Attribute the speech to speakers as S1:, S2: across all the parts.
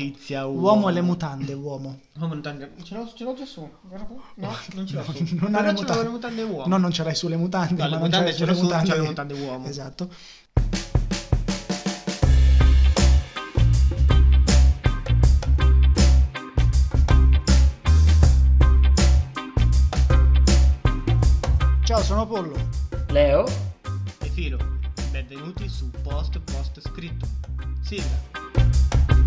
S1: Alizia, uomo.
S2: Uomo e le mutande, uomo.
S1: Uomo e mutande. Ce l'ho, ce l'ho già su. Guarda qua. No, non ce l'ho su.
S2: Non
S1: Allora
S2: ha le
S1: ce l'ho le
S2: mutande.
S1: mutande uomo.
S2: No, non ce l'hai sulle mutande,
S1: No, le
S2: ma non
S1: mutande
S2: ce
S1: ce
S2: l'hai
S1: l'ho
S2: sulle
S1: su,
S2: mutande.
S1: ce l'ho le mutande uomo.
S2: Esatto. Ciao, sono Pollo.
S3: Leo,
S1: E Filo. Benvenuti su Post Post Scritto. Sigla.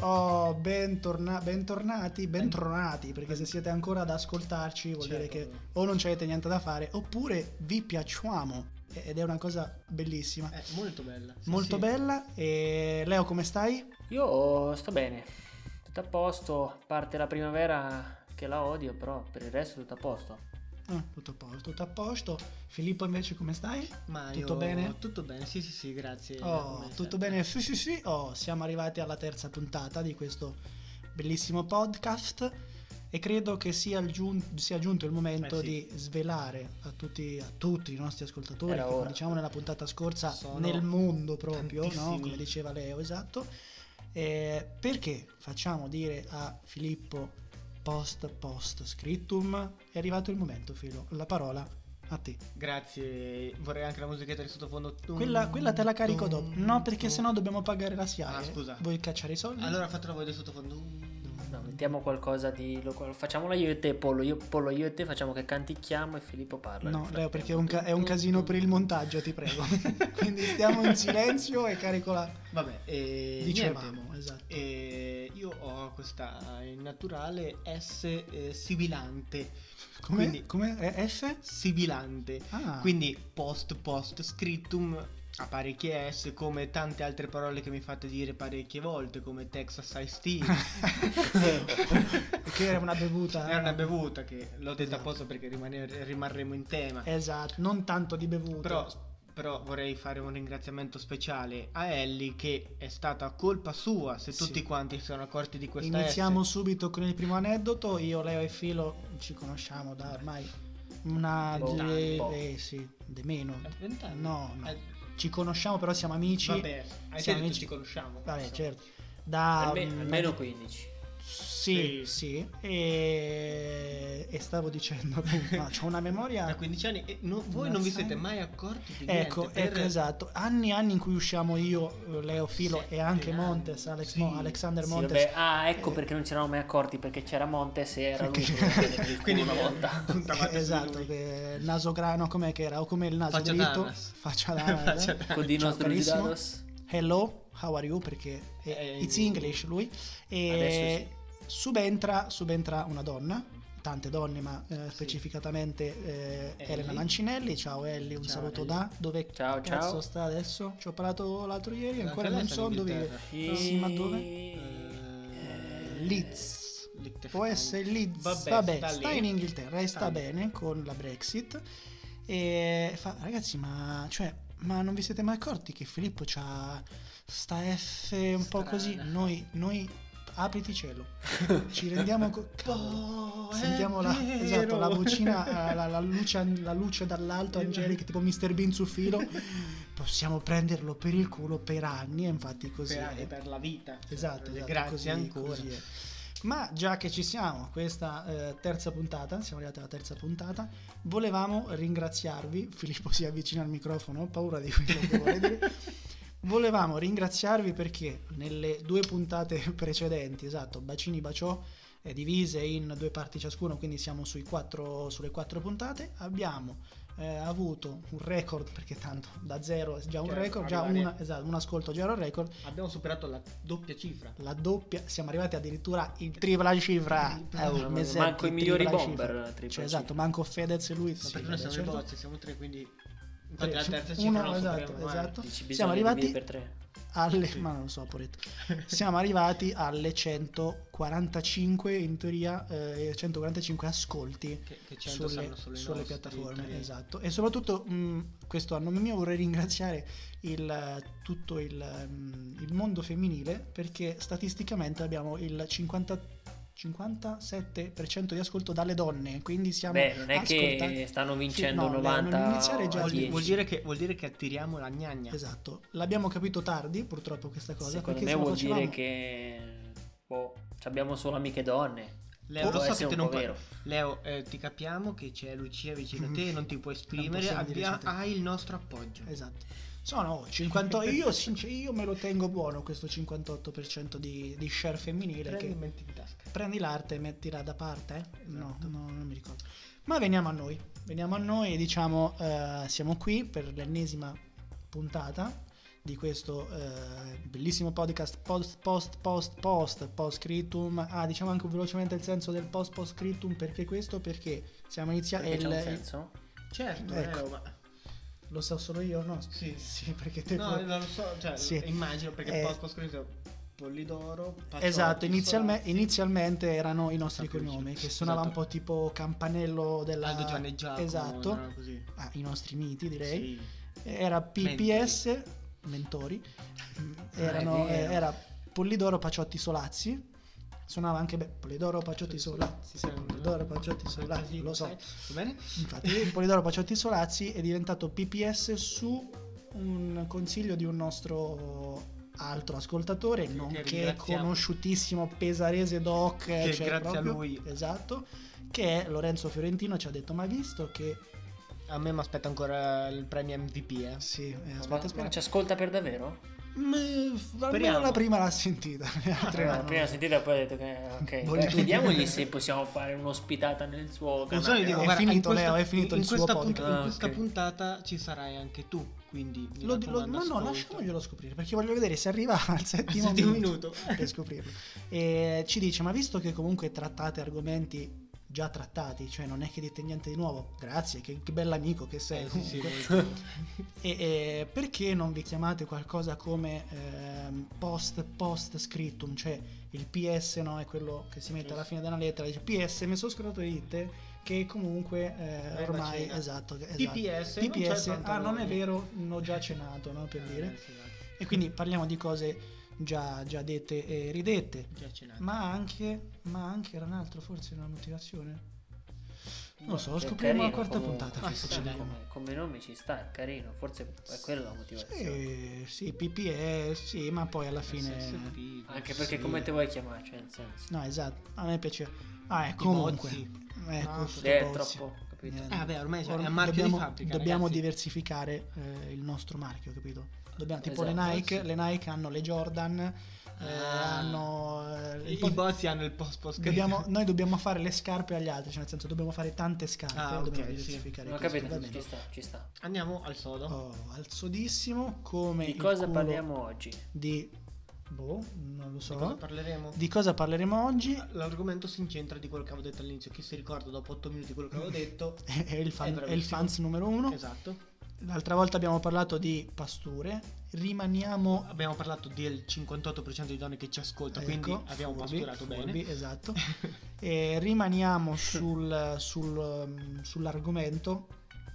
S2: Oh, bentorna- bentornati, bentronati, perché se siete ancora ad ascoltarci vuol dire che
S1: Certo.
S2: o non c'avete niente da fare oppure vi piacciamo e- ed è una cosa bellissima.
S1: È molto bella. Eh, Sì,
S2: Molto
S1: sì.
S2: bella e Leo come stai?
S3: io sto bene, tutto a posto, parte la primavera che la odio, però per il resto tutto a posto.
S2: Ah, tutto a posto, tutto a posto. Filippo invece come stai?
S1: Ma
S2: Tutto
S1: io-
S2: bene?
S1: Tutto bene, sì sì sì, grazie.
S2: Oh,
S1: Come
S2: tutto
S1: sempre.
S2: bene? Sì, sì, sì. Oh, siamo arrivati alla terza puntata di questo bellissimo podcast e credo che sia, il giun- sia giunto il momento
S1: Eh sì.
S2: di svelare a tutti, a tutti i nostri ascoltatori,
S3: Era
S2: che come
S3: ora.
S2: diciamo nella puntata scorsa,
S1: Sono
S2: nel mondo proprio, no?
S1: tantissimi.
S2: come diceva Leo, esatto, Eh, perché facciamo dire a Filippo post post scriptum, è arrivato il momento Filo, la parola a te.
S1: Grazie. Vorrei anche la musichetta di sottofondo. Tum,
S2: Quella, quella te la carico
S1: tum,
S2: dopo. No, perché
S1: tum.
S2: sennò dobbiamo pagare la SIAE.
S1: Ah, scusa.
S2: Vuoi cacciare i soldi?
S1: Allora fatela voi di sottofondo.
S3: No, mettiamo qualcosa di... lo- Facciamola io e te, Pollo, io, Pollo, io e te facciamo che canticchiamo e Filippo parla.
S2: no,
S3: nel
S2: Leo,
S3: frattempo.
S2: perché è un, ca- è un casino per il montaggio, ti prego. Quindi stiamo in silenzio e carico la.
S1: Vabbè, e niente.
S2: Dicevamo, esatto.
S1: E io ho questa eh, naturale S eh, sibilante.
S2: Come?
S1: quindi-
S2: come? È F?
S1: Sibilante.
S2: Ah,
S1: Quindi post post scriptum a parecchie S come tante altre parole che mi fate dire parecchie volte come Texas Ice Tea.
S2: che era una bevuta. eh.
S1: Era una bevuta che l'ho detta
S2: Esatto.
S1: apposta perché rimane- rimarremo in tema.
S2: Esatto, non tanto di bevuta.
S1: Però, però vorrei fare un ringraziamento speciale a Ellie che è stata colpa sua se
S2: Sì.
S1: tutti quanti si sono accorti di questa
S2: Iniziamo
S1: S.
S2: subito con il primo aneddoto. Io, Leo e Filo ci conosciamo da ormai una.
S3: Boh.
S2: di-
S3: Boh.
S2: eh sì, di meno.
S1: Eh, vent'anni?
S2: No, no.
S1: Eh,
S2: Ci conosciamo, però siamo amici.
S1: vabbè, hai
S2: siamo
S1: detto
S2: amici.
S1: ci conosciamo.
S2: Vabbè,
S1: insomma.
S2: certo. Da,
S3: Alme-
S2: mm,
S3: almeno 15.
S2: Sì, sì.
S1: Sì.
S2: E... e stavo dicendo, appunto, no, c'ho una
S1: Da
S2: memoria.
S1: 15 anni e no- voi non vi
S2: Mazzai.
S1: siete mai accorti di niente.
S2: Ecco,
S1: per-
S2: ecco, esatto. Anni e anni in cui usciamo io, eh, Leo Filo
S1: Sette
S2: e anche
S1: anni,
S2: Montes, Alex
S1: sì.
S2: Mo- Alexander
S3: Sì,
S2: Montes.
S3: vabbè. Ah, ecco
S2: Eh.
S3: perché non ci eravamo mai accorti, perché c'era Montes e era lui.
S2: Perché-
S3: che voleva prendere il
S1: Quindi
S3: culo
S1: una volta puntavate su di
S2: Esatto,
S1: lui.
S2: che naso grano, com'è che era? O come il naso
S1: Faccia
S2: dritto?
S1: d'ananas.
S2: Faccia d'ananas.
S1: Faccia
S2: eh?
S1: d'ananas.
S3: Con di
S2: Ciao,
S3: nostro
S2: carissimo.
S3: Gidados.
S2: Hello, how are you? Perché è-
S1: Eh,
S2: it's English lui. E
S3: Adesso
S2: subentra, subentra una donna, tante donne, ma eh,
S1: Sì.
S2: specificatamente eh,
S1: Ellie.
S2: Elena Mancinelli. Ciao Ellie, un
S1: Ciao,
S2: saluto
S1: Ellie.
S2: da dove
S3: Ciao,
S2: cazzo
S3: ciao.
S2: sta adesso? Ci ho parlato l'altro ieri,
S1: Anche
S2: ancora
S1: lei
S2: non
S1: sta in
S2: so dove.
S1: Inghilterra.
S2: Eh, sì, ma dove?
S1: Eh,
S2: Leeds.
S1: Liechtenstein.
S2: Può essere Leeds. Vabbè,
S1: Vabbè,
S2: sta,
S1: sta lì.
S2: in Inghilterra e sta,
S1: Sta lì.
S2: bene con la Brexit. E fa, ragazzi, ma, cioè, ma non vi siete mai accorti che Filippo c'ha sta F un po'
S1: Strana.
S2: così? Noi, noi apriti cielo, ci rendiamo co- cavolo.
S1: Boh, è
S2: Sentiamo la,
S1: vero.
S2: esatto, la vocina, eh, la, la luce, la luce dall'alto,
S1: Esatto.
S2: angelica, tipo Mr. Bean sul filo. Possiamo prenderlo per il culo per anni, e infatti così eh.
S1: per,
S2: è.
S1: anni, per la vita.
S2: Esatto, esatto,
S1: Eh, grazie
S2: così,
S1: ancora.
S2: così è. Ma già che ci siamo, questa eh, terza puntata, siamo arrivati alla terza puntata, volevamo ringraziarvi, Filippo si avvicina al microfono, ho paura di quello che vuole dire, volevamo ringraziarvi perché nelle due puntate precedenti, esatto, Bacini Baciò, eh, divise in due parti ciascuno, quindi siamo sui quattro- sulle quattro puntate, abbiamo eh, avuto un record, perché tanto da zero è già un
S1: Chiaro,
S2: record, già
S1: arrivare-
S2: una- esatto, un ascolto già era un record,
S1: Abbiamo superato la doppia cifra.
S2: la doppia, siamo arrivati addirittura in tripla cifra.
S1: Tripla.
S2: Eh, un
S1: Mamma mia,
S2: mesetto
S3: manco i
S2: in
S3: migliori
S2: tripla
S3: bomber,
S2: cifra.
S3: tripla
S2: Cioè,
S3: cifra.
S2: esatto, manco Fedez e lui.
S1: Ma
S2: sì,
S1: perché
S2: vabbè,
S1: noi siamo
S2: certo.
S1: in bozze, siamo tre, quindi... Infatti
S2: Tre,
S1: la
S2: sì,
S1: terza
S2: uno,
S1: cifra non la
S2: esatto,
S1: superiamo mai.
S2: esatto.
S3: Dici,
S2: Siamo
S3: bisogna
S2: arrivati
S3: dividere per tre.
S2: alle
S1: Sì.
S2: ma non lo so, poretto. Siamo arrivati alle 145 in teoria eh, 145 ascolti
S1: Che, che cento
S2: sulle,
S1: sanno solo i
S2: sulle
S1: nostri,
S2: piattaforme,
S1: tre.
S2: esatto. E soprattutto, mh, questo a nome mio, vorrei ringraziare il, eh, tutto il, mh, il mondo femminile perché statisticamente abbiamo il 53 57% di ascolto dalle donne, quindi siamo
S3: Beh, non è
S2: ascolta-
S3: che stanno
S2: no,
S3: vincendo
S2: beh,
S3: 90
S2: non iniziare già
S3: a
S2: a
S1: Vuol,
S2: Dieci.
S1: vuol dire che, vuol dire che attiriamo la gnagna.
S2: Esatto, l'abbiamo capito tardi purtroppo questa cosa.
S3: Secondo
S2: perché
S3: me
S2: se lo
S3: vuol
S2: facevamo-
S3: dire che boh, abbiamo solo amiche donne.
S1: Leo,
S3: Può
S1: lo so
S3: essere
S1: che te
S3: un
S1: non
S3: po'
S1: par-
S3: vero.
S1: Leo, eh, ti capiamo che c'è Lucia vicino a te e non ti puoi esprimere.
S2: possiamo dire
S1: abbia-
S2: su te.
S1: hai il nostro appoggio.
S2: Esatto. Sono 50... io, sincer- io me lo tengo buono questo 58% di, di share femminile.
S1: Prendi
S2: che-
S1: e metti in tasca.
S2: prendi l'arte e mettila da parte? No,
S1: Esatto.
S2: no, non mi ricordo. Ma veniamo a noi. Veniamo a noi, diciamo, eh, siamo qui per l'ennesima puntata di questo eh, bellissimo podcast post post post post post scriptum. Ah, diciamo anche velocemente il senso del post post scriptum perché questo perché siamo iniziati
S3: Perché c'è un senso?
S1: Certo,
S2: Ecco.
S1: Leo, ma...
S2: lo so solo io, no?
S1: Sì.
S2: sì perché te
S1: No,
S2: puoi-
S1: non lo so, cioè,
S2: Sì.
S1: immagino perché
S2: Eh.
S1: post post scritto Pollidoro, Paciotti,
S2: Esatto, inizialme-
S1: Sorazzi,
S2: inizialmente erano i nostri
S1: Sapienza.
S2: cognomi che suonava
S1: Esatto.
S2: un po' tipo campanello della...
S1: Aldo Giovanni Giacomo,
S2: Esatto.
S1: una roba così.
S2: Ah, i nostri miti direi.
S1: Sì.
S2: Era PPS, mentori, erano,
S3: è vero.
S2: eh, era Pollidoro Paciotti Solazzi, suonava anche beh, Pollidoro Paciotti Solazzi, sì, Pollidoro Paciotti Solazzi, lo so,
S1: Va bene?
S2: infatti Pollidoro Paciotti Solazzi è diventato PPS su un consiglio di un nostro altro ascoltatore,
S1: Che
S2: nonché
S1: ringraziamo.
S2: conosciutissimo pesarese doc,
S1: Che
S2: cioè
S1: grazie a
S2: proprio-
S1: lui.
S2: esatto, che è Lorenzo Fiorentino, ci ha detto ma visto che...
S1: A me mi aspetta ancora il premio MVP, eh.
S2: Sì, eh,
S3: Ma-
S2: aspetta,
S3: ma,
S2: aspetta.
S3: ci ascolta per davvero?
S2: Mm, almeno
S1: Speriamo.
S2: la prima l'ha sentita, le altre
S3: Ah,
S2: no.
S3: prima sentita poi ha detto che eh, ok.
S2: Volevo-
S3: Beh, chiediamogli se possiamo fare un'ospitata nel suo
S1: Non so, io
S3: canale.
S1: dico,
S2: è
S1: guarda,
S2: finito,
S1: Eh, in questa-
S2: Leo, è finito
S1: in
S2: il suo
S1: questa
S2: podcast.
S1: puntata- in
S3: Ah,
S1: questa
S3: ok.
S1: puntata ci sarai anche tu, quindi mi
S2: Lo- lo-
S1: raccomando,
S2: ma no,
S1: ascolta. Eh,
S2: lasciamoglielo scoprire perché voglio vedere se arriva al settimo,
S1: settimo
S2: minuto,
S1: minuto.
S2: per scoprirlo. E ci dice: Ma visto che comunque trattate argomenti già trattati, cioè non è che dite niente di nuovo, grazie, che, che bell'amico che sei.
S1: Eh, sì, sì,
S2: comunque.
S1: molto.
S2: E, e perché non vi chiamate qualcosa come ehm, post post scriptum? Cioè il PS no, è quello che si mette alla fine della lettera, dice PS mi sono scritto di te che comunque eh,
S1: Eh,
S2: ormai
S1: vacina.
S2: esatto, esatto.
S1: TPS, non c'è il
S2: TPS, ah non è
S1: pantalone.
S2: vero, non ho già cenato, no, per
S1: Eh,
S2: dire.
S1: sì, dai,
S2: E quindi parliamo di cose già, già dette e ridette,
S1: già cenato.
S2: ma anche, ma anche era un altro forse una motivazione. Non lo so, lo
S3: Cioè,
S2: scopriremo alla
S3: carino
S2: quarta
S3: come-
S2: puntata.
S1: Ah,
S2: forse
S1: sì,
S2: ce
S1: dai.
S2: l'abbiamo.
S3: Come, come nome ci sta, è carino. Forse è quella la
S2: Sì,
S3: motivazione.
S2: sì, PPS, sì, ma poi alla fine...
S1: SSP,
S3: Anche perché
S1: sì.
S3: come te vuoi chiamare? Cioè, nel senso.
S2: No, esatto, a me piaceva. Ah, eh,
S1: I
S2: comunque...
S1: bozzi.
S2: Ecco,
S1: Ah,
S2: sto
S3: Eh, è
S2: bozzi.
S3: troppo, capito?
S2: Niente.
S1: Eh, vabbè, ormai è
S2: Orm-
S1: un marchio
S2: dobbiamo,
S1: di fabbrica.
S2: dobbiamo
S1: ragazzi.
S2: diversificare eh, il nostro marchio, capito? Dobbiamo- tipo le
S3: Esatto,
S2: Nike,
S1: sì.
S2: le Nike hanno le Jordan, eh,
S1: Ah.
S2: hanno eh, il
S1: I
S2: po-
S1: bozzi hanno il post post
S2: dobbiamo- noi dobbiamo fare le scarpe agli altri, cioè nel senso dobbiamo fare tante scarpe,
S1: Ah, ok,
S2: dobbiamo
S1: sì.
S2: diversificare.
S3: Non ho
S2: Cioè, questo,
S3: capito,
S2: va
S3: ci
S2: bene.
S3: sta, ci sta.
S1: Andiamo al sodo.
S2: Oh, alzodissimo come
S3: Di
S2: il
S3: cosa
S2: culo
S3: parliamo oggi?
S2: Di boh, non lo
S1: Di cosa
S2: so.
S1: parleremo?
S2: Di cosa parleremo oggi?
S1: L'argomento si incentra di quello che avevo detto all'inizio. Chi si ricorda dopo 8 minuti quello che avevo detto?
S2: È il, Eh, fan-
S1: È
S2: è il
S1: Eh, bravissimo.
S2: fans numero uno.
S1: Esatto.
S2: L'altra volta abbiamo parlato di pasture. Rimaniamo
S1: Abbiamo parlato del 58% di donne che ci ascolta,
S2: Ecco,
S1: quindi abbiamo
S2: furbi,
S1: pasturato
S2: furbi,
S1: bene.
S2: Esatto. E rimaniamo sul- sul, mm, sull'argomento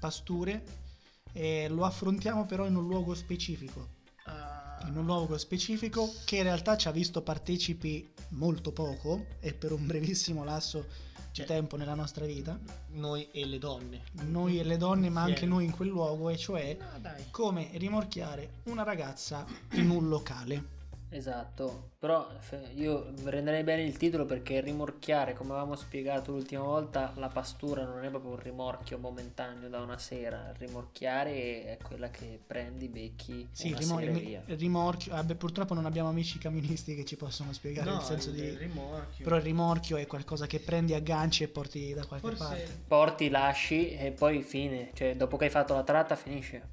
S2: pasture e lo affrontiamo però in un luogo specifico.
S1: Ah,
S2: In un luogo specifico che in realtà ci ha visto partecipi molto poco e per un brevissimo lasso di
S1: Cioè- mm,
S2: tempo nella nostra vita.
S1: Noi e le donne.
S2: Noi e le donne, ma anche
S1: Insieme.
S2: noi in quel luogo, e cioè
S1: No, dai.
S2: come rimorchiare una ragazza in un locale.
S3: Esatto, però f- io renderei bene il titolo perché rimorchiare, come avevamo spiegato l'ultima volta, la pastura non è proprio un rimorchio momentaneo da una sera, rimorchiare è quella che prendi, becchi
S2: Sì,
S3: una
S2: rimor-
S3: sera e via.
S2: rimorchio. ah, beh, purtroppo non abbiamo amici camionisti che ci possono spiegare
S1: No,
S2: il senso di.
S1: rimorchio.
S2: Però il rimorchio è qualcosa che prendi, agganci e porti da qualche parte.
S1: Forse
S3: Porti, lasci e poi fine, cioè dopo che hai fatto la tratta finisce.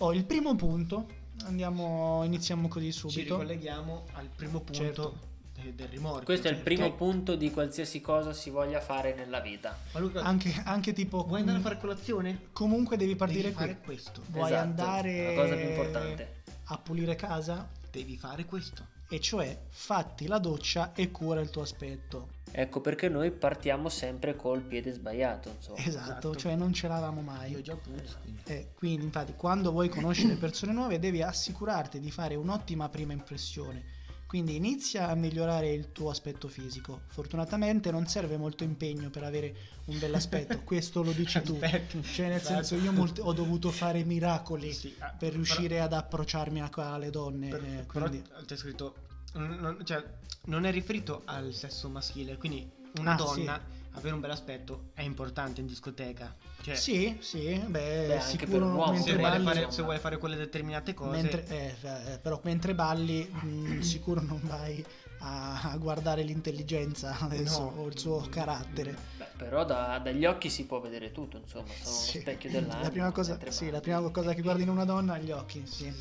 S2: Oh, il primo punto. Andiamo, iniziamo così
S1: ci
S2: subito.
S1: ricolleghiamo al primo punto
S2: Certo.
S1: de- del rimorchio.
S3: Questo è il
S1: cioè,
S3: primo
S1: che-
S3: punto di qualsiasi cosa si voglia fare nella vita.
S1: Ma Luca,
S2: Anche, anche tipo.
S1: vuoi andare a
S2: mm,
S1: fare colazione?
S2: Comunque devi partire
S1: Devi fare
S2: qui.
S1: questo.
S2: Vuoi
S3: Esatto,
S2: andare.
S3: La cosa più importante.
S2: A pulire casa?
S1: Devi fare questo.
S2: E cioè, fatti la doccia e cura il tuo aspetto.
S3: Ecco perché noi partiamo sempre col piede sbagliato, insomma.
S2: Esatto,
S1: Esatto.
S2: cioè non ce l'avamo mai.
S1: Io già puzzo. quindi.
S2: Eh, quindi, infatti, quando vuoi conoscere persone nuove, devi assicurarti di fare un'ottima prima impressione. Quindi inizia a migliorare il tuo aspetto fisico. Fortunatamente non serve molto impegno per avere un bell'aspetto, questo lo dici tu.
S1: Aspetta,
S2: Cioè, nel
S1: esatto.
S2: senso, io molti- ho dovuto fare miracoli
S1: Sì, ah,
S2: per
S1: però-
S2: riuscire ad approcciarmi a- alle donne.
S1: per-
S2: eh,
S1: però
S2: quindi-
S1: c'è scritto non, non- cioè, non è riferito al sesso maschile, quindi una
S2: Ah,
S1: donna avere un bel aspetto è importante in discoteca. Cioè,
S2: Sì, sì, beh,
S3: Beh, anche per
S2: sicuro
S3: un uomo,
S1: se,
S2: mentre
S3: Mentre
S1: vuole
S2: balli,
S3: balli,
S1: fare,
S3: insomma.
S1: se vuole fare quelle determinate cose,
S2: mentre- eh, eh, però mentre balli mh, sicuro non vai a, a guardare l'intelligenza adesso,
S1: No.
S2: o il suo carattere.
S3: Beh, però da- dagli occhi si può vedere tutto, insomma, sono
S2: Sì.
S3: uno specchio dell'anima.
S2: La prima, cosa,
S3: mentre
S2: sì,
S3: va.
S2: la prima cosa che guardi in una donna è gli occhi. Sì.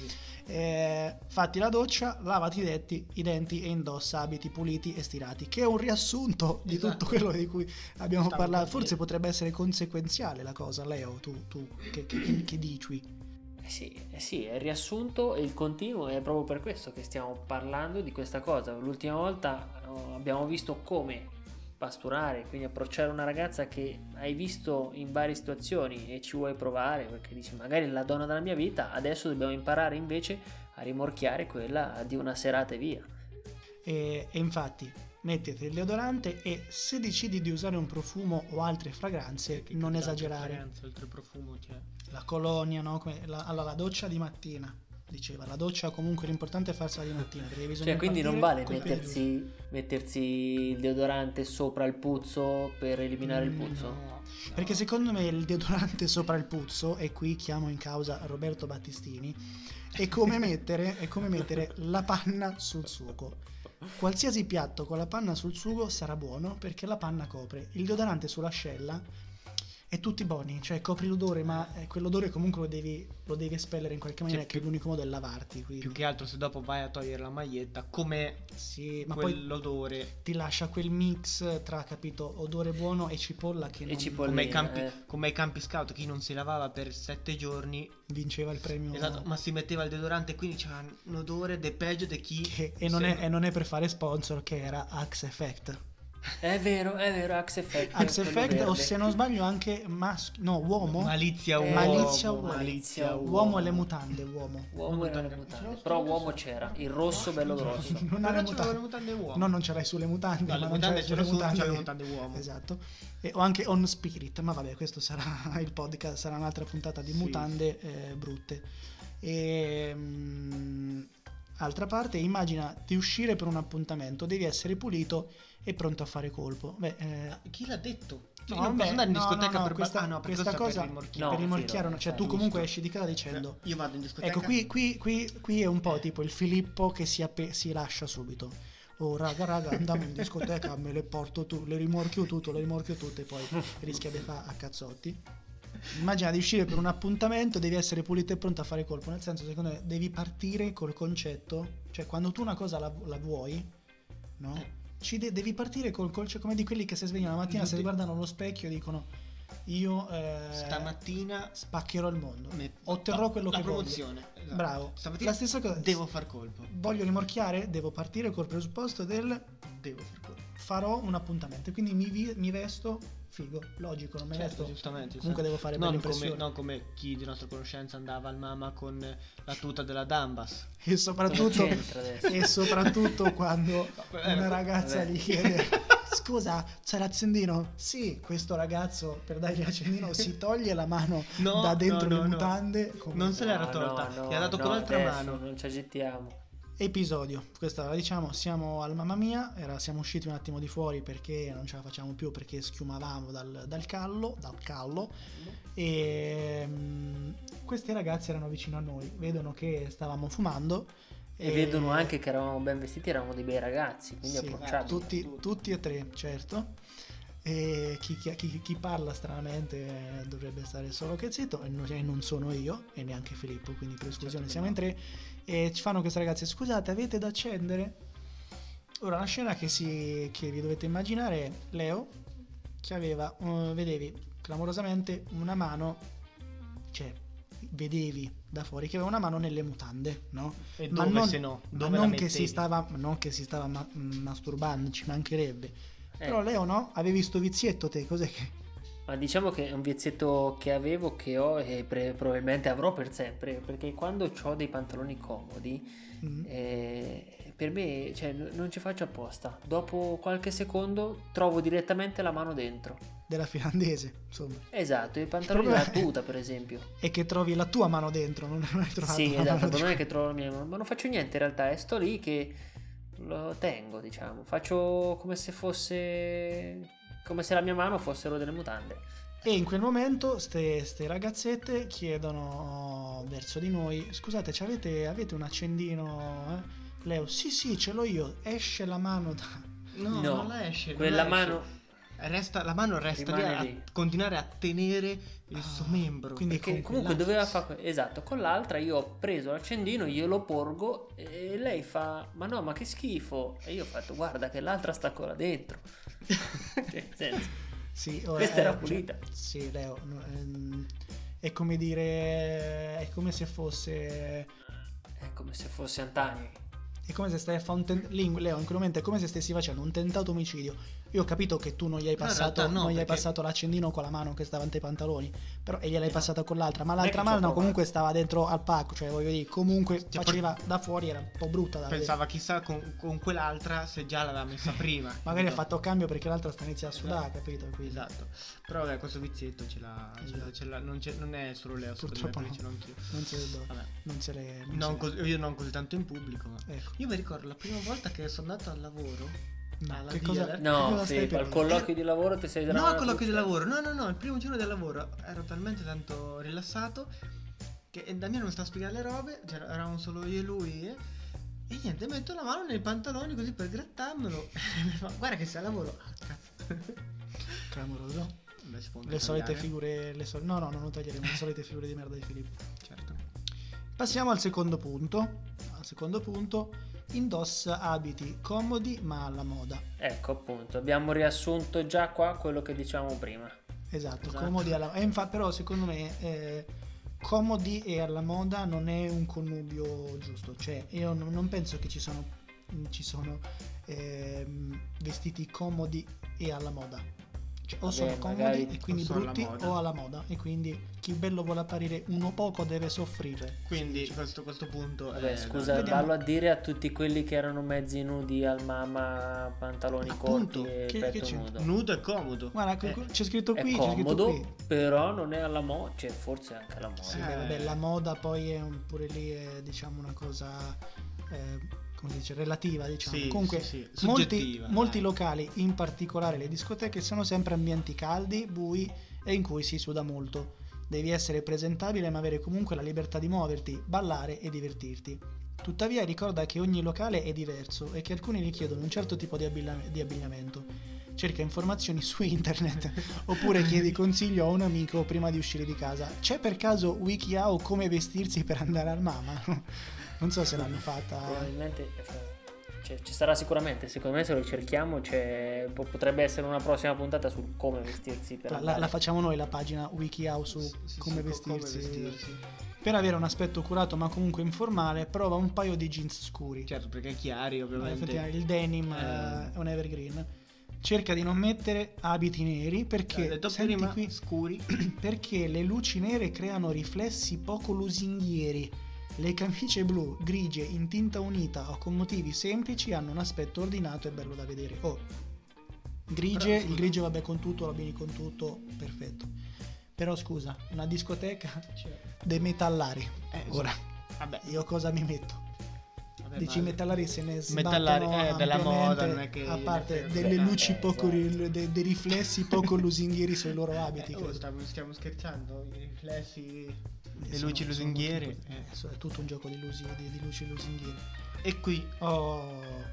S2: Eh, fatti la doccia, lavati i denti, i denti e indossa abiti puliti e stirati, che è un riassunto di
S1: Esatto.
S2: tutto quello di cui abbiamo
S1: Stavo
S2: parlato.
S1: per
S2: Forse
S1: dire.
S2: potrebbe essere conseguenziale la cosa, Leo, tu, tu che, che- che dici?
S3: Eh sì, eh sì, è il riassunto e il continuo è proprio per questo che stiamo parlando di questa cosa. L'ultima volta eh, abbiamo visto come pasturare, quindi approcciare una ragazza che hai visto in varie situazioni e ci vuoi provare perché dici magari è la donna della mia vita, adesso dobbiamo imparare invece a rimorchiare quella di una serata e via.
S2: E, e infatti mettete il deodorante e se decidi di usare un profumo o altre fragranze
S1: Perché
S2: non
S1: tanta
S2: esagerare.
S1: differenza, oltre il profumo, cioè.
S2: La colonia, no? Come la, alla- la doccia di mattina, diceva. La doccia comunque l'importante è farsela di mattina. Perché bisogna
S3: Cioè, quindi non vale
S2: partire col piede giusto.
S3: mettersi, mettersi il deodorante sopra il puzzo per eliminare il
S2: Mm,
S3: puzzo?
S2: no. Perché secondo me il deodorante sopra il puzzo, e qui chiamo in causa Roberto Battistini, è come mettere, è come mettere la panna sul sugo. Qualsiasi piatto con la panna sul sugo sarà buono perché la panna copre. Il deodorante sull'ascella è tutti buoni, cioè copri l'odore, ma eh, quell'odore comunque lo devi, lo devi espellere in qualche maniera,
S1: Cioè,
S2: che è l'unico modo è lavarti.
S1: Più
S2: Quindi.
S1: che altro se dopo vai a togliere la maglietta, come
S2: Sì, ma poi
S1: quell'odore.
S2: ti lascia quel mix tra, capito, odore buono e cipolla che
S3: E
S2: non
S3: cipolla.
S1: Come ai,
S3: Lì,
S1: campi,
S3: eh.
S1: come ai campi scout, chi non si lavava per sette giorni,
S2: vinceva il premio.
S1: esatto, ma si metteva il deodorante, quindi c'era un odore de peggio di chi.
S2: Che- e, non
S1: se-
S2: è, e non è per fare sponsor, che era Axe Effect.
S3: È vero, è vero, Axe Effect.
S2: Axe
S3: quello
S2: Effect, o
S3: verde.
S2: se non sbaglio, anche maschio, no, uomo.
S1: Malizia
S3: Eh,
S1: uomo.
S2: malizia uomo.
S1: malizia uomo.
S2: uomo e le mutande, uomo.
S3: Uomo era le mutande, però uomo c'era, il rosso bello grosso.
S2: Non ha
S1: Non c'erano
S2: le
S1: le
S2: mutande.
S1: mutande uomo.
S2: No, non ce l'hai sulle mutande,
S1: No,
S2: ma
S1: le
S2: non
S1: mutande
S2: ce l'hai
S1: c'erano su, c'erano le mutande uomo.
S2: Esatto. E ho anche On Spirit, ma vabbè, questo sarà il podcast, sarà un'altra puntata di
S1: Sì.
S2: mutande eh, brutte. E mm, altra parte, immagina di uscire per un appuntamento, devi essere pulito e pronto a fare colpo. Beh, eh,
S1: Chi l'ha detto? Cioè,
S2: No,
S1: io non
S2: beh,
S1: posso andare in
S2: no,
S1: discoteca
S2: no, no,
S1: per
S2: questa-
S1: ah, no, perché
S2: questa
S1: questo è
S2: cosa-
S1: per rimorchiare.
S3: No,
S2: per rimorchiare,
S3: Firo,
S2: una- cioè
S3: cioè,
S2: tu
S1: giusto.
S2: comunque
S1: Eh.
S2: esci di casa dicendo
S1: Io vado in discoteca.
S2: ecco qui, qui, qui, qui è un po' tipo il Filippo che si, appe- si lascia subito oh raga raga andiamo in discoteca me le porto tu le rimorchio tutto le rimorchio tutte e poi rischia di fare a cazzotti immagina di uscire per un appuntamento devi essere pulito e pronto a fare colpo nel senso secondo me devi partire col concetto cioè quando tu una cosa la, la vuoi no?
S1: Eh.
S2: Ci de- devi partire col concetto come di quelli che si svegliano la mattina si
S1: Tutti-
S2: guardano allo specchio e dicono io eh,
S1: Stamattina
S2: spaccherò il mondo.
S1: me-
S2: Otterrò
S1: no,
S2: quello
S1: la
S2: che voglio.
S1: promozione. esatto.
S2: Bravo.
S1: Stamattina
S2: La stessa cosa.
S1: devo far colpo.
S2: Voglio rimorchiare? Devo partire col presupposto del
S1: Devo far colpo.
S2: farò un appuntamento. Quindi mi, vi- mi vesto figo. Logico, non mi
S1: Certo,
S2: vesto.
S1: giustamente.
S2: Comunque devo fare
S1: non
S2: belle
S1: come,
S2: impressioni.
S1: non come chi di nostra conoscenza andava al mamma con la tuta della Dambas.
S2: E soprattutto,
S3: Cosa c'entra adesso?
S2: e soprattutto quando
S1: Eh,
S2: una
S1: ma-
S2: ragazza
S3: vabbè.
S2: gli chiede scusa c'è l'accendino? Sì, questo ragazzo per dargli l'accendino si toglie la mano
S1: No,
S2: da dentro
S1: no,
S2: le
S1: no, no.
S2: mutande. come-
S1: Non se l'era
S3: No,
S1: tolta,
S3: no,
S1: gli ha dato
S3: no,
S1: con l'altra
S3: adesso
S1: mano.
S3: Non ci agitiamo.
S2: episodio. Questa la diciamo, siamo al mamma mia, era- siamo usciti un attimo di fuori perché non ce la facciamo più perché schiumavamo dal, dal callo, dal callo e mm, questi ragazzi erano vicino a noi, vedono che stavamo fumando
S3: E vedono anche che eravamo ben vestiti, eravamo dei bei ragazzi, quindi
S2: sì,
S3: approcciabili.
S2: tutti, tutti e tre, certo. E chi, chi- chi- chi parla stranamente eh, dovrebbe stare solo che zitto, e non, e non sono io e neanche Filippo, quindi per esclusione
S1: Certo che
S2: siamo
S1: no.
S2: in tre. E ci fanno queste ragazze, scusate, avete da accendere? Ora, la scena che, si- che vi dovete immaginare è Leo che aveva, eh, vedevi clamorosamente una mano, cioè vedevi da fuori che aveva una mano nelle mutande, no?
S1: E
S2: Ma
S1: dove
S2: non-
S1: se no?
S2: Ma
S1: Dove la
S2: non che
S1: mettevi?
S2: si stava, non che si stava ma- masturbando, ci mancherebbe.
S3: Eh,
S2: Però Leo no, avevi sto vizietto te, cos'è che...
S3: Ma diciamo che è un vizietto che avevo, che ho e pre- probabilmente avrò per sempre, perché quando ho dei pantaloni comodi,
S2: Mm.
S3: eh, per me cioè, n- non ci faccio apposta. Dopo qualche secondo trovo direttamente la mano dentro.
S2: Della finlandese, insomma.
S3: Esatto, i pantaloni
S2: problema
S3: della
S2: è-
S3: tuta, per esempio.
S2: E che trovi la tua mano dentro, non hai trovato
S3: Sì,
S2: la mano
S3: esatto,
S2: di-
S3: non è che trovo la mia mano, ma non faccio niente in realtà, è sto lì che lo tengo, diciamo. Faccio come se fosse come se la mia mano fossero delle mutande.
S2: E in quel momento queste ragazzette chiedono verso di noi, scusate, ci avete, avete un accendino? eh?" Leo, sì sì, ce l'ho io, esce la mano da...
S1: No,
S3: No,
S1: non la esce. non la
S3: Quella
S1: esce.
S3: mano
S1: Resta, la mano resta lì
S3: Rimane
S1: a
S3: lì.
S1: continuare a tenere il suo
S2: Ah,
S1: membro.
S2: quindi-
S3: Che
S2: con
S3: comunque
S2: quell'altra.
S3: doveva fare que- esatto con l'altra io ho preso l'accendino glielo porgo e lei fa ma no ma che schifo e io ho fatto guarda che l'altra sta ancora dentro Cioè, nel senso,
S2: Sì, ora-
S3: questa era
S2: eh,
S3: pulita
S2: Sì, Leo, no, ehm, è come dire, è come se fosse,
S3: è come se fosse antanei
S2: è come se stai a fare un ten- Ling- Leo, in quel momento è come se stessi facendo un tentato omicidio. Io ho capito che tu non gli hai
S1: No, in
S2: passato,
S1: realtà no,
S2: non gli hai
S1: perché- Eh,
S2: passato l'accendino con la mano che stava davanti ai pantaloni, però e gliel'hai passata con l'altra, ma
S3: Non è
S2: l'altra
S3: che ci
S2: mano
S3: ho provato.
S2: comunque stava dentro al pacco, cioè voglio dire, comunque
S1: Cioè,
S2: faceva da fuori, era un po' brutta da vedere.
S1: Pensava chissà con, con quell'altra se già l'aveva messa prima.
S2: Magari
S1: capito?
S2: ha fatto cambio perché l'altra sta iniziando a sudare,
S1: Esatto.
S2: capito? Quindi-
S1: Esatto. Però vabbè, questo vizietto ce l'ha. ce l'ha-
S2: Esatto.
S1: ce l'ha- non, c'è- non è solo Leo, secondo me,
S2: Purtroppo
S1: perché
S2: no.
S1: ce l'ho anch'io.
S2: Non se le do-
S1: Vabbè.
S2: non se le... non se
S1: Non
S2: le-
S1: cos- io non così tanto in pubblico. ma-
S2: Ecco.
S1: Io mi ricordo la prima volta che sono andato al lavoro.
S2: No,
S1: Alla
S2: che
S1: via,
S2: cosa-
S1: eh?
S2: che
S3: no
S2: cosa stai
S3: sì,
S2: per
S3: al
S2: dire?
S3: colloquio di lavoro ti sei cioè.
S1: no,
S3: davanti
S1: a colloquio
S3: alla
S1: di
S3: cuccia.
S1: lavoro. No, no, no, il primo giorno del lavoro ero talmente tanto rilassato che e Damiano mi sta a spiegare le robe, cioè, eravamo solo io e lui eh, e niente, metto la mano nei pantaloni così per grattarmelo. Mi fa, Guarda che sei al lavoro. Ah, cazzo.
S2: Clamoroso.
S1: Vabbè, si può
S2: Le solite
S1: tagliare,
S2: figure. Le sol- no, no, non lo taglieremo. Le solite figure di merda di Filippo.
S1: Certo.
S2: Passiamo al secondo punto. Al secondo punto, indossa abiti comodi ma alla moda.
S3: ecco appunto abbiamo riassunto già qua quello che dicevamo prima
S2: Esatto,
S1: Esatto.
S2: comodi alla moda. Infatti, però, secondo me, eh, comodi e alla moda non è un connubio giusto. Cioè, io non non penso che ci sono, ci sono ehm, vestiti comodi e alla moda. Cioè, o
S3: Vabbè,
S2: sono comodi
S3: magari
S2: e quindi
S1: o sono alla
S2: brutti
S1: moda.
S2: o alla moda. E quindi chi bello vuole apparire uno poco deve soffrire.
S1: Quindi questo, questo punto
S3: Vabbè,
S1: è-
S3: scusa,
S2: Eh, vediamo.
S3: vallo a dire a tutti quelli che erano mezzi nudi al mamma, pantaloni
S2: Appunto,
S3: corti e
S2: che- che
S3: petto
S2: c'entra?
S3: nudo.
S1: Nudo e comodo.
S2: Guarda,
S1: Eh,
S2: co- c'è scritto
S3: è
S2: qui, c'è scritto
S3: comodo,
S2: qui.
S3: però non è alla moda, cioè forse anche alla moda.
S2: Sì,
S1: Eh.
S2: beh, vabbè, la moda poi è un- pure lì è diciamo una cosa eh, come si dice relativa, diciamo.
S1: sì,
S2: Comunque
S1: sì, sì.
S2: molti,
S1: Soggettiva,
S2: molti
S1: dai.
S2: locali, in particolare le discoteche, sono sempre ambienti caldi, bui e in cui si suda molto. Devi essere presentabile ma avere comunque la libertà di muoverti, ballare e divertirti. Tuttavia ricorda che ogni locale è diverso e che alcuni richiedono un certo tipo di, abilla- di abbigliamento. Cerca informazioni su internet oppure chiedi consiglio a un amico prima di uscire di casa. C'è per caso WikiHow come vestirsi per andare al mamma? Non so se l'hanno fatta.
S3: Probabilmente eh, cioè, ci sarà sicuramente, secondo me se lo cerchiamo c'è- po- potrebbe essere una prossima puntata su come vestirsi
S2: La,
S3: per
S2: la-
S3: andare.
S2: la facciamo noi la pagina WikiHow su
S1: Sì, sì,
S2: come,
S1: sì, co-
S2: vestirsi.
S1: vestirsi.
S2: Per avere un aspetto curato ma comunque informale, prova un paio di jeans scuri.
S1: Certo, perché chiari
S2: Eh,
S1: ovviamente.
S2: effettivamente il denim
S1: Eh.
S2: eh, è un evergreen. Cerca di non mettere abiti neri
S1: Ho
S2: perché,
S1: detto
S2: senti
S1: prima,
S2: qui,
S1: scuri.
S2: perché le luci nere creano riflessi poco lusinghieri. Le camicie blu, grigie, in tinta unita o con motivi semplici hanno un aspetto ordinato e bello da vedere. Oh, grigie,
S1: Però, scusa.
S2: il grigio vabbè con tutto, lo abbini con tutto, perfetto. Però scusa, una discoteca dei metallari.
S1: Cioè, Eh,
S2: Ora,
S1: Vabbè,
S2: io cosa mi metto?
S1: vabbè,
S2: Dici
S1: ma-
S2: metallari se ne
S1: Metallari,
S2: sbattono
S1: eh, della moda,
S2: ampiamente,
S1: non è che eh.
S2: a
S1: gliene
S2: parte
S1: frega
S2: delle
S1: niente,
S2: luci poco
S3: esatto.
S2: ri- dei, dei riflessi poco lusinghieri sui loro
S1: Eh,
S2: abiti
S1: oh,
S2: credo.
S1: stiamo, stiamo scherzando, i riflessi,
S2: Eh,
S1: le
S2: sono-
S1: luci
S2: sono
S1: lusinghiere.
S2: tutto-
S1: eh.
S2: so- è tutto un gioco di, lusi- di- di luci lusinghiere
S1: E qui,
S2: oh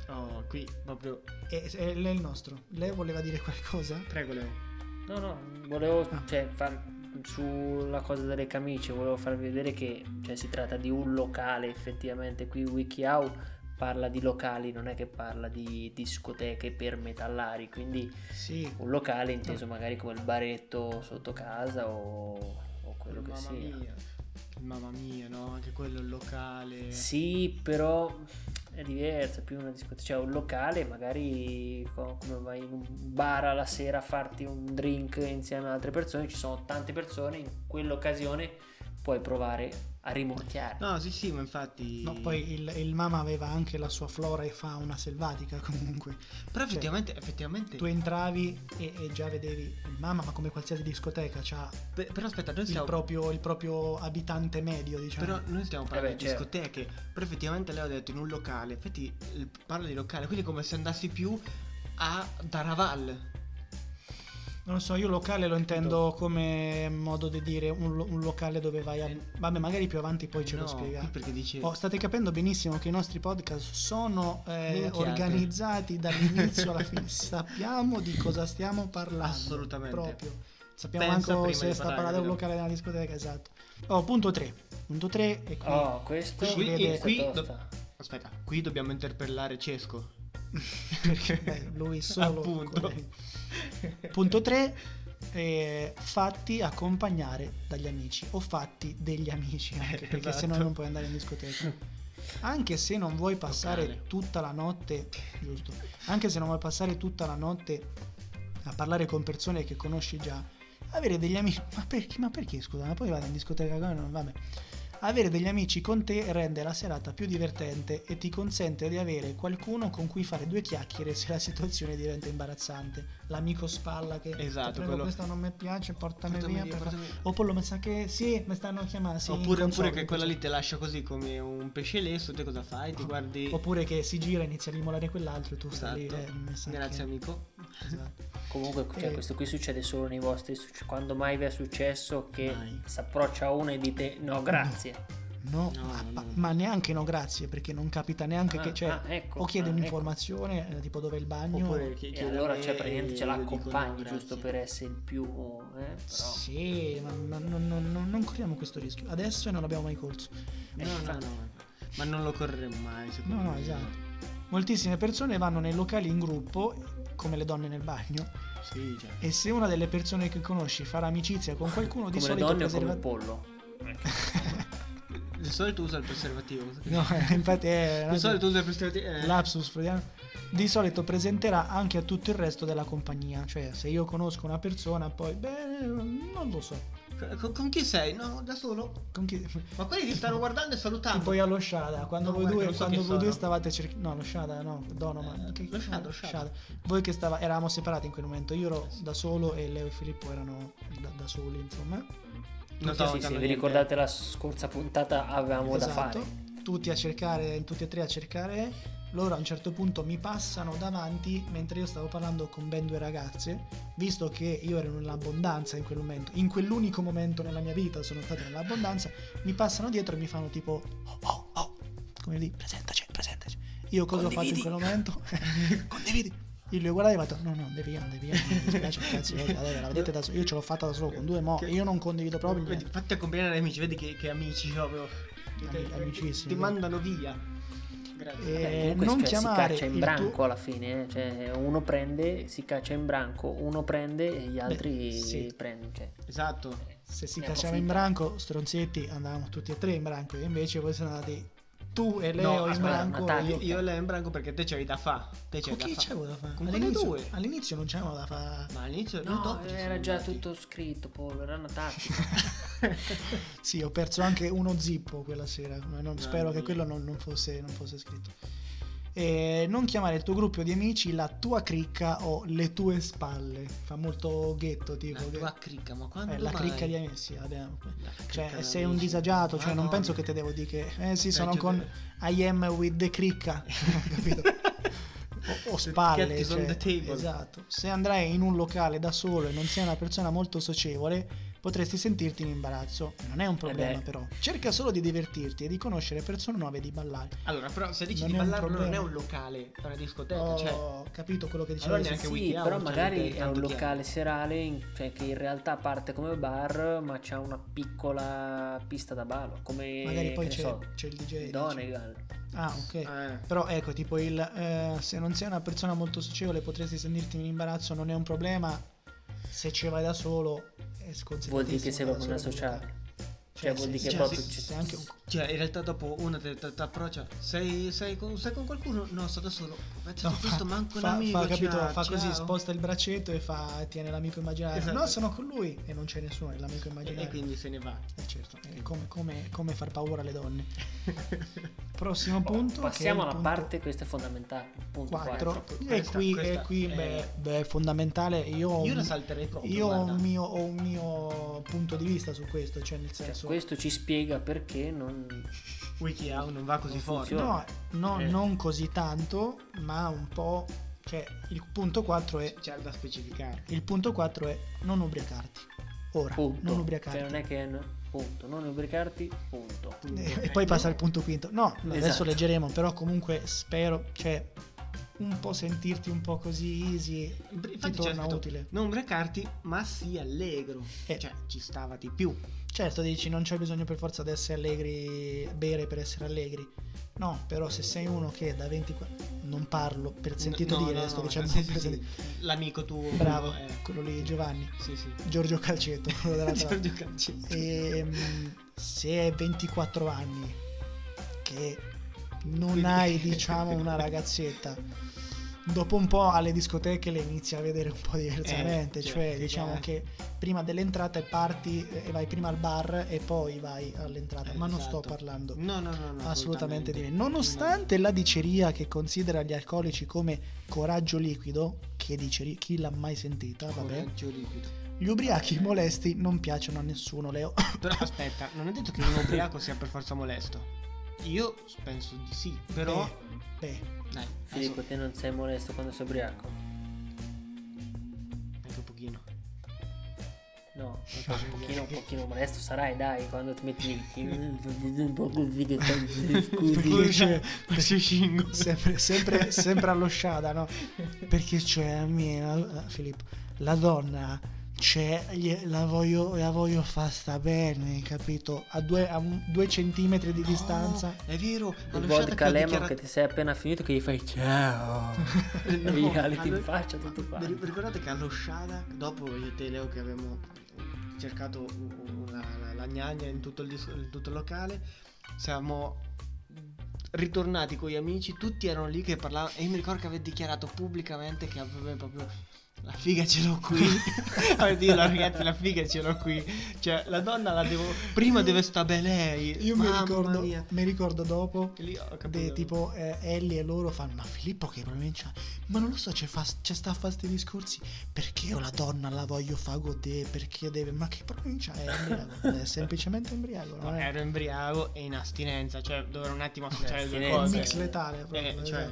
S1: oh, qui proprio,
S2: e, e lei è il nostro lei voleva dire qualcosa?
S1: prego Leo.
S3: No, no, volevo
S2: Ah.
S3: cioè, far- sulla cosa delle camicie, volevo farvi vedere che cioè, si tratta di un locale effettivamente. Qui WikiHow parla di locali, non è che parla di discoteche per metallari, quindi
S2: sì
S3: un locale inteso magari come il baretto sotto casa o, o quello che
S1: Mamma
S3: sia.
S1: mia. Mamma mia, no? Anche quello è il locale.
S3: Sì, però è diversa, è più una discoteca, cioè un locale, magari co- come vai in un bar alla sera a farti un drink insieme ad altre persone, ci sono tante persone, in quell'occasione puoi provare a rimorchiare.
S1: No, sì, sì, ma infatti.
S2: No, poi il, il Mama aveva anche la sua flora e fauna selvatica comunque.
S1: Però effettivamente, effettivamente.
S2: cioè, Tu entravi e, e già vedevi il Mama, ma come qualsiasi discoteca, c'ha
S1: Pe- Però aspetta, noi
S2: il
S1: stiamo.
S2: proprio, il proprio abitante medio, diciamo.
S1: Però noi stiamo parlando
S3: beh,
S2: cioè
S1: di
S3: certo.
S1: discoteche. Però effettivamente lei ha detto in un locale. Infatti il- parla di locale, quindi è come se andassi più a Daraval.
S2: Non lo so, io locale lo intendo come modo di dire un, lo- un locale dove vai a...
S1: Eh,
S2: Vabbè, magari più avanti poi ce
S1: no,
S2: lo spiega.
S1: qui Perché dice.
S2: Oh, state capendo benissimo che i nostri podcast sono eh,
S1: Minchiate.
S2: organizzati dall'inizio alla fine. Sappiamo di cosa stiamo parlando.
S1: Assolutamente.
S2: Proprio. Sappiamo
S1: Pensa prima
S2: anche
S1: di
S2: se sta
S1: parlare,
S2: parlando di un
S1: capito?
S2: locale della discoteca, esatto. Oh, punto 3. Punto 3 e qui...
S3: Oh, questo
S2: Qui-
S3: questa è
S1: qui-
S3: tosta.
S1: Aspetta, qui dobbiamo interpellare Cesco.
S2: perché beh, lui solo...
S1: Appunto.
S2: con lei. Punto 3. fatti accompagnare dagli amici o fatti degli amici anche, perché
S1: Esatto.
S2: se no non puoi andare in discoteca anche se non vuoi passare
S1: Locale.
S2: tutta la notte giusto anche se non vuoi passare tutta la notte a parlare con persone che conosci già avere degli amici ma perché, ma perché scusa ma poi vado in discoteca come non vabbè avere degli amici con te rende la serata più divertente e ti consente di avere qualcuno con cui fare due chiacchiere se la situazione diventa imbarazzante. L'amico spalla che
S1: Esatto,
S2: "Ti prego,
S1: quello-
S2: questa non mi piace, portami,
S1: Portami
S2: via.
S1: via,
S2: per fa-".
S1: portami via.
S2: Oppure mi sa che sì, mi stanno chiamando. Sì,
S1: oppure,
S2: in
S1: oppure
S2: console,
S1: che
S2: in
S1: quella lì
S2: console".
S1: te lascia così come un pesce lesso, te cosa fai? Ti guardi.
S2: Oppure che si gira e inizia a rimolare quell'altro e tu
S1: Esatto.
S2: stai lì. eh, mi sa
S1: Grazie
S2: che-
S1: amico.
S2: Esatto.
S3: Comunque, cioè,
S2: Eh.
S3: questo qui succede solo nei vostri. suc- Quando mai vi è successo che
S1: Mai.
S3: si approccia a uno e dite no, grazie.
S2: No,
S1: No,
S2: ma,
S1: no,
S2: ma-
S1: no.
S2: ma neanche no grazie perché non capita neanche
S3: Ah,
S2: che cioè,
S3: ah, ecco,
S2: o chiede
S3: ah,
S2: un'informazione eh, tipo dove è il bagno
S1: Oppure chi-
S3: E
S1: chiede a
S3: allora,
S1: me
S2: eh,
S3: cioè, praticamente ce
S1: e io
S3: l'accompagni
S1: dico no,
S3: giusto
S1: grazie.
S3: per essere il più. Eh, però.
S2: Sì, ma, ma non, non- non- non corriamo questo rischio. Adesso non l'abbiamo mai corso.
S3: Eh,
S1: No, no,
S3: infatti.
S1: no. Ma non lo correremo mai, secondo
S2: No, no,
S1: me.
S2: esatto. Moltissime persone vanno nei locali in gruppo, come le donne nel bagno,
S1: Sì, cioè.
S2: e se una delle persone che conosci farà amicizia con qualcuno di
S3: come le
S2: solito
S3: donne o
S2: preserva-
S3: come il pollo.
S1: Ecco. Di solito usa il preservativo.
S2: No, eh, infatti è
S1: Di solito usa il preservativo. eh.
S2: lapsus freudiano. Di solito presenterà anche a tutto il resto della compagnia, cioè se io conosco una persona poi beh, non lo so.
S1: Con, con chi sei? No, da solo.
S2: Con chi
S1: Ma quelli ti stanno guardando e
S2: E
S1: salutando.
S2: poi allo Shada, quando
S1: No,
S2: voi
S1: guarda,
S2: due,
S1: non so
S2: quando
S1: chi
S2: voi due
S1: sono.
S2: stavate cercando... No, lo Shada, no, Dono, ma...
S1: Eh,
S2: che-
S1: lo Shada, lo Shada.
S2: Voi che stava... eravamo separati in quel momento, io ero da solo e Leo e Filippo erano da, da soli, insomma.
S1: Non stavo
S3: Sì, sì, se
S1: notando
S3: vi
S1: niente.
S3: ricordate la scorsa puntata avevamo da
S2: Esatto.
S3: fare.
S2: Tutti a cercare, tutti e tre a cercare. Loro a un certo punto mi passano davanti mentre io stavo parlando con ben due ragazze, visto che io ero nell'abbondanza in quel momento, in quell'unico momento nella mia vita sono stato nell'abbondanza, mi passano dietro e mi fanno tipo oh oh oh, come lì, presentaci, presentaci. Io cosa ho fatto in
S3: Condividi.
S2: quel momento? Condividi. Io li ho guardati e ho fatto no no, devi, non devi, non mi dispiace, cazzo, io- vabbè, la vedete da solo, io ce l'ho fatta da solo con due mo,
S1: Che-
S2: io non condivido proprio
S1: Vedi,
S2: niente.
S1: fatti accompagnare agli amici, vedi che, che amici proprio.
S2: Ami-
S1: Che- che-
S2: amicissimi.
S1: Ti mandano via. Grazie.
S2: Eh,
S3: Beh, comunque
S2: non
S3: cioè, si
S2: chiamare
S3: caccia in
S2: il
S3: branco
S2: tuo-
S3: alla fine, eh. Cioè, uno prende, si caccia in branco, uno prende e gli altri
S2: sì.
S3: prendono. cioè.
S1: Esatto.
S2: Se si
S3: Ne
S2: cacciava in
S3: approfitta.
S2: branco, stronzetti, andavamo tutti e tre in branco. E invece voi siete andati tu e
S1: No,
S2: Leo in
S1: aspetta,
S2: branco.
S3: Natale.
S2: io-
S1: Io, io lei in branco perché te c'avevi da fa. Te c'avevi
S2: Con chi
S1: da fa.
S2: c'avevo da fare?
S1: Con quelle
S2: all'inizio,
S1: due.
S2: all'inizio non c'avevo da fare.
S1: Ma all'inizio noi
S3: No,
S1: dopo ci
S3: era
S1: siamo
S3: già
S1: andati.
S3: tutto scritto, Paolo, era una tattica.
S2: Sì, ho perso anche uno zippo quella sera. ma non-
S1: Mamma
S2: spero che
S1: mia.
S2: quello non, non fosse, non fosse scritto. E non chiamare il tuo gruppo di amici la tua cricca o le tue spalle. Fa molto ghetto, tipo.
S1: La
S2: che-
S1: tua cricca, ma quando
S2: eh, la
S1: mai?
S2: cricca di amici. sì, abbiamo-
S1: La cricca
S2: Cioè,
S1: di Ah,
S2: sei un
S1: amici.
S2: disagiato, cioè non
S1: Madonna.
S2: penso che te devo dire che... Eh sì, sono
S1: Peggio
S2: con I am with the cricca, capito? O, o spalle,
S1: Cat is on
S2: cioè,
S1: the table.
S2: esatto. Se andrai in un locale da solo e non sei una persona molto socievole, potresti sentirti in imbarazzo. Non è un problema
S3: Eh beh.
S2: però. Cerca solo di divertirti e di conoscere persone nuove e di ballare.
S1: Allora, però se dici
S2: Non
S1: di
S2: è un
S1: ballare allora non è
S2: problema. Oh,
S1: un locale, è una
S3: Eh,
S1: discoteca,
S2: Ho
S1: cioè
S2: capito quello che dicevo.
S1: Allora
S2: sì.
S1: neanche
S3: sì,
S1: Wiki Hour,
S3: però
S1: cioè,
S3: magari
S1: perché
S3: è un
S1: tanto chiaro.
S3: locale serale in- cioè, che in realtà parte come bar, ma c'è una piccola pista da ballo, come
S2: Magari poi
S3: che
S2: c'è,
S3: ne so,
S2: c'è il DJ. dici.
S3: Donegal.
S2: Ah, ok.
S1: eh,
S2: Però ecco, tipo il eh, se non sei una persona molto socievole potresti sentirti in imbarazzo, non è un problema. Se ci vai da solo è sconsigliatissimo
S3: Vuol dire che sei
S2: andare
S3: proprio una
S2: da solo in un
S3: sociale.
S2: locale.
S3: Cioè,
S2: Eh,
S3: vuol
S2: sì,
S3: dire
S1: sì,
S3: che
S1: sì,
S3: proprio
S1: sì,
S3: ci-
S2: Sei anche un c***o.
S1: Cioè, in realtà dopo uno ti ti- ti approccia, sei, sei con, sei con qualcuno? No, sto da solo. Penso
S2: No,
S1: che questo manco un
S2: fa,
S1: amico.
S2: fa, capito,
S1: ciao,
S2: fa così,
S1: ciao.
S2: sposta il braccetto e fa, tiene l'amico immaginario.
S1: Esatto.
S2: No, sono con lui e non c'è nessuno, è l'amico
S1: E,
S2: immaginario.
S1: e quindi se ne va.
S2: Eh, certo, è come, come- come far paura alle donne. Prossimo punto. che è
S3: Passiamo
S2: il
S3: alla
S2: punto
S3: parte, questo è fondamentale. Punto Cioè, 4.
S2: 4.
S1: quattro.
S2: E
S1: Questa-
S2: qui,
S1: questa
S2: e qui,
S1: è-
S2: beh, beh, è fondamentale. Io, ho
S1: Io
S2: un-
S1: la salterei proprio.
S2: io ho,
S1: guarda.
S2: un mio, ho un mio punto di vista su questo, cioè nel
S3: Cioè,
S2: senso...
S3: questo ci spiega perché non...
S1: WikiHow non va così
S3: Non
S1: forte.
S3: funziona.
S2: No, no,
S1: Eh.
S2: non così tanto, ma un po'... Cioè, il punto 4 è...
S1: C'è da specificare.
S2: Il punto 4 è non ubriacarti. Ora, non
S3: Punto. Cioè, non
S2: ubriacarti.
S3: è che... no, punto. Non ubriacarti, punto.
S2: Eh, E poi passa al punto quinto. No, adesso
S3: Esatto.
S2: leggeremo, però comunque spero, cioè, un po' sentirti un po' così easy ti
S1: Infatti c'è
S2: torna
S1: scritto,
S2: utile.
S1: Non brecarti, ma sii allegro.
S2: Eh.
S1: Cioè, ci stava di più.
S2: Certo, dici non c'è bisogno per forza di essere allegri, bere per essere allegri. No, però se sei uno che da 24 non parlo per sentito
S1: No, no,
S2: dire,
S1: no,
S2: sto
S1: no,
S2: dicendo
S1: sì, sì,
S2: per
S1: sì.
S2: sentito-
S1: L'amico tuo.
S2: Bravo,
S1: eh,
S2: quello lì Giovanni,
S1: Sì, sì.
S2: Giorgio Calcetto, quello della Trappola.
S1: Giorgio Cancetto.
S2: Ehm, se hai 24 anni che non hai diciamo una ragazzetta dopo un po' alle discoteche le inizi a vedere un po' diversamente
S1: Eh, cioè,
S2: cioè
S1: sì,
S2: diciamo
S1: eh.
S2: che prima dell'entrata parti eh, e vai prima al bar e poi vai all'entrata
S1: Eh,
S2: ma non
S1: esatto.
S2: sto parlando
S1: No, no, no, no.
S2: assolutamente di me nonostante la diceria che considera gli alcolici come coraggio liquido che diceria chi l'ha mai sentita vabbè
S1: Coraggio liquido.
S2: gli ubriachi molesti non piacciono a nessuno Leo
S1: Però aspetta, non è detto che un ubriaco sia per forza molesto. Io penso di sì, però.
S2: Eh. Beh,
S1: Dai,
S3: Filippo,
S1: adesso-
S3: te non sei molesto quando sei ubriaco?
S1: anche un pochino.
S3: No, un pochino, un pochino molesto sarai, dai, quando ti metti lì. Un po' così che fai- scusi.
S2: dice-
S1: Così scingo.
S2: sempre, sempre, sempre allo sciada, no? Perché cioè a me, la- Filippo, la donna, cioè, gli- la voglio, la voglio far sta bene, capito? A due, a un- due centimetri di distanza.
S1: È vero,
S3: Il
S1: hanno lasciato
S3: vodka lemon che ti sei appena finito che gli fai ciao.
S1: Eh, no,
S3: Via, le ti
S1: allora-
S3: in faccia tutto qua.
S1: Vi ri- Ricordate che allo Shada, dopo io e te Leo che avevamo cercato u- la, la, la gnagna in tutto il, dis- in tutto il locale, siamo ritornati con gli amici, tutti erano lì che parlavano e io mi ricordo che aveva dichiarato pubblicamente che aveva proprio la figa ce l'ho qui. Aveva detto "No, ragazzi la figa ce l'ho qui. Cioè la donna la devo... Prima deve sta bene lei.
S2: Io mi
S1: Mamma
S2: ricordo,
S1: mia.
S2: mi ricordo dopo.
S1: E Lì ho capito.
S2: De, tipo eh, Ellie e loro fanno ma Filippo che pronuncia ma non lo so c'è, fa, c'è sta a fare questi discorsi perché io la donna la voglio fa godere perché deve ma che pronuncia è embriaco è semplicemente embriaco
S1: No,
S2: non è
S1: ero imbriaco e in astinenza, cioè dovrò un attimo associare le due
S3: Astinenza.
S2: un
S1: cose.
S2: mix letale proprio,
S1: Eh, cioè,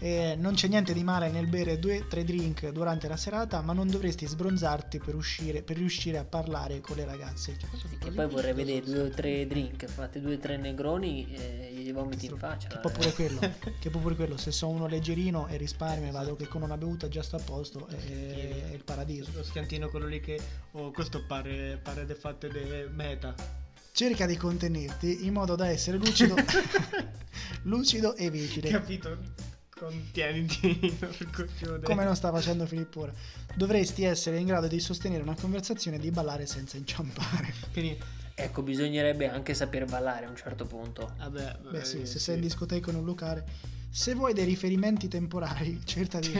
S2: eh, non c'è niente di male nel bere due tre drink durante la serata ma non dovresti sbronzarti per uscire per riuscire a parlare con le ragazze
S3: Che poi vorrei vedere due o tre drink, fate due o tre negroni e gli vomiti in faccia. eh.
S2: Che può pure quello, che può pure quello. Se sono uno leggerino e risparmio e vado che con una bevuta già sto a posto, è, è Eh, il paradiso.
S1: lo schiantino quello lì che oh, questo pare pare de fatte de meta.
S2: Cerca di contenerti in modo da essere lucido, lucido e vigile.
S1: Capito? Contieniti orgoglio
S2: Come non sta facendo Filippo ora. Dovresti essere in grado di sostenere una conversazione e di ballare senza inciampare.
S1: Quindi,
S3: Ecco, bisognerebbe anche saper ballare a un certo punto.
S1: vabbè,
S2: Beh,
S1: eh,
S2: sì, se sei in discoteca o in un locale. Se vuoi dei riferimenti temporali, cerca di.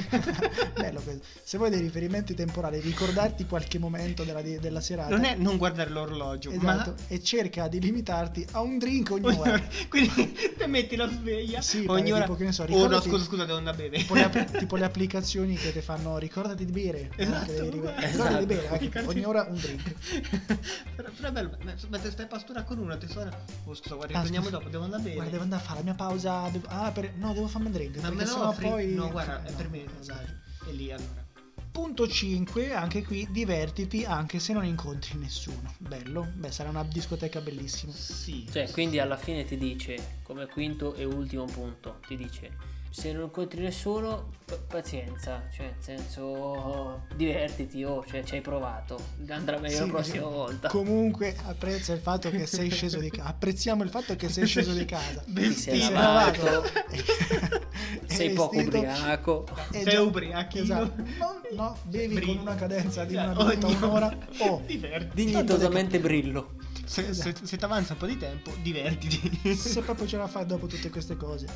S2: Bello questo. Se vuoi dei riferimenti temporali, ricordarti qualche momento della, della serata.
S1: non è non guardare l'orologio,
S2: Esatto, e cerca di limitarti a un drink ogni
S1: ma ogni
S2: ora.
S1: ora- quindi te metti la sveglia
S2: Sì,
S1: ogni
S2: pare
S1: ora.
S2: tipo che ne so,
S1: oh no,
S2: ricordati-
S1: scusa, scusa, devo andare a bere.
S2: Tipo le, app- tipo le applicazioni che ti fanno ricordati di bere.
S1: Esatto,
S2: Che devi-
S1: uguale.
S2: ricordati di bere,
S1: Esatto.
S2: anche
S1: Ricordati-
S2: ogni ora un drink.
S1: però, però è bello, ma- ma te stai pastura con una, ti suona. Oh, scusa, guarda,
S2: Ah,
S1: torniamo
S2: scusa.
S1: dopo, devo andare a bere.
S2: Guarda, devo andare a fare la mia pausa. bevo- Ah, per- no, devo farmi un drink.
S1: Ma me
S2: perché
S1: lo
S2: sennò
S1: offri?
S2: poi.
S1: No, guarda, è
S2: No,
S1: per me.
S2: esatto.
S1: E lì allora.
S2: Punto 5, anche qui divertiti anche se non incontri nessuno. Bello, beh, sarà una discoteca bellissima.
S1: Sì.
S3: Cioè, quindi alla fine ti dice, come quinto e ultimo punto, ti dice, se non incontri nessuno, p- pazienza, cioè, nel senso, divertiti, oh, cioè, ci hai provato, andrà meglio
S2: Sì,
S3: la prossima
S2: sì.
S3: volta.
S2: Comunque apprezza il fatto che sei sceso di casa. Apprezziamo il fatto che sei sceso di casa.
S3: Ti sei
S2: Sei
S3: lavato,
S2: lavato. eh,
S3: sei poco
S2: vestito-
S3: ubriaco.
S2: È
S1: Sei ubriachino.
S2: Esatto. No, no, bevi
S1: Brillo.
S2: con una cadenza di
S1: Cioè,
S2: una bevuta
S1: ogni-
S2: un'ora. Oh,
S1: Divertiti.
S3: Dignitosamente brillo.
S1: se, se, se ti avanza un po' di tempo, divertiti.
S2: se proprio ce la fai dopo tutte queste cose.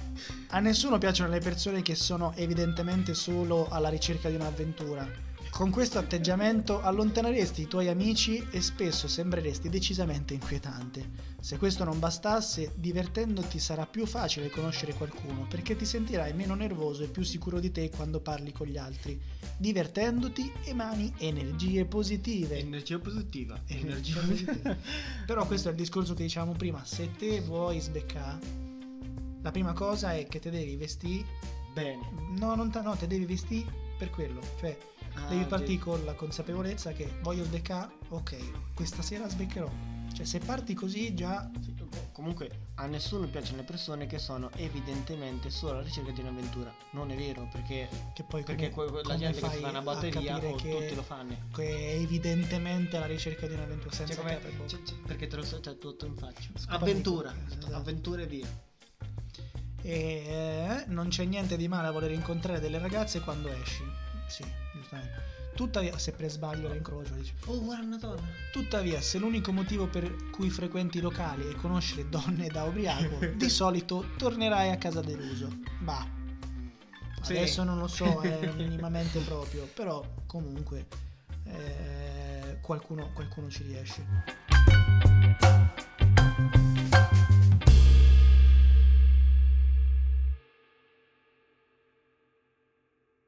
S2: A nessuno piacciono le persone che sono evidentemente solo alla ricerca di un'avventura. Con questo atteggiamento allontaneresti i tuoi amici e spesso sembreresti decisamente inquietante. Se questo non bastasse, divertendoti sarà più facile conoscere qualcuno perché ti sentirai meno nervoso e più sicuro di te quando parli con gli altri. Divertendoti emani energie positive.
S1: Energia positiva.
S2: Energia positiva. Però questo è il discorso che dicevamo prima, se te vuoi sbeccare, la prima cosa è che te devi vestire...
S1: Bene.
S2: No, non te, no, te devi vestire per quello, cioè
S1: Ah,
S2: devi
S1: ok.
S2: partire con la consapevolezza che voglio sbeccare, ok, questa sera sbeccherò. Cioè se parti così già...
S1: Sì, co- Comunque a nessuno piacciono le persone che sono evidentemente solo alla ricerca di un'avventura. Non è vero, perché,
S2: Che poi
S1: perché
S2: come,
S1: que- que- la
S2: come
S1: gente che si
S2: fai
S1: fa una
S2: a
S1: batteria
S2: capire
S1: o
S2: che-
S1: tutti lo fanno.
S2: che è evidentemente alla ricerca di un'avventura senza
S1: Cioè, come-
S2: capre, boh.
S1: cioè, cioè, perché te lo so, cioè, tutto in faccia.
S2: Scopare
S1: Avventura,
S2: di- esatto.
S1: avventura e via.
S2: E eh, non c'è niente di male a voler incontrare delle ragazze quando esci. Sì, giustamente. Tuttavia, se per sbaglio la incrocio, dice.
S1: Oh, guarda una donna.
S2: Tuttavia, se l'unico motivo per cui frequenti i locali è conoscere donne da ubriaco, di solito tornerai a casa deluso. Bah.
S1: Sì.
S2: Adesso non lo so, è minimamente proprio, però comunque eh, qualcuno, qualcuno ci riesce.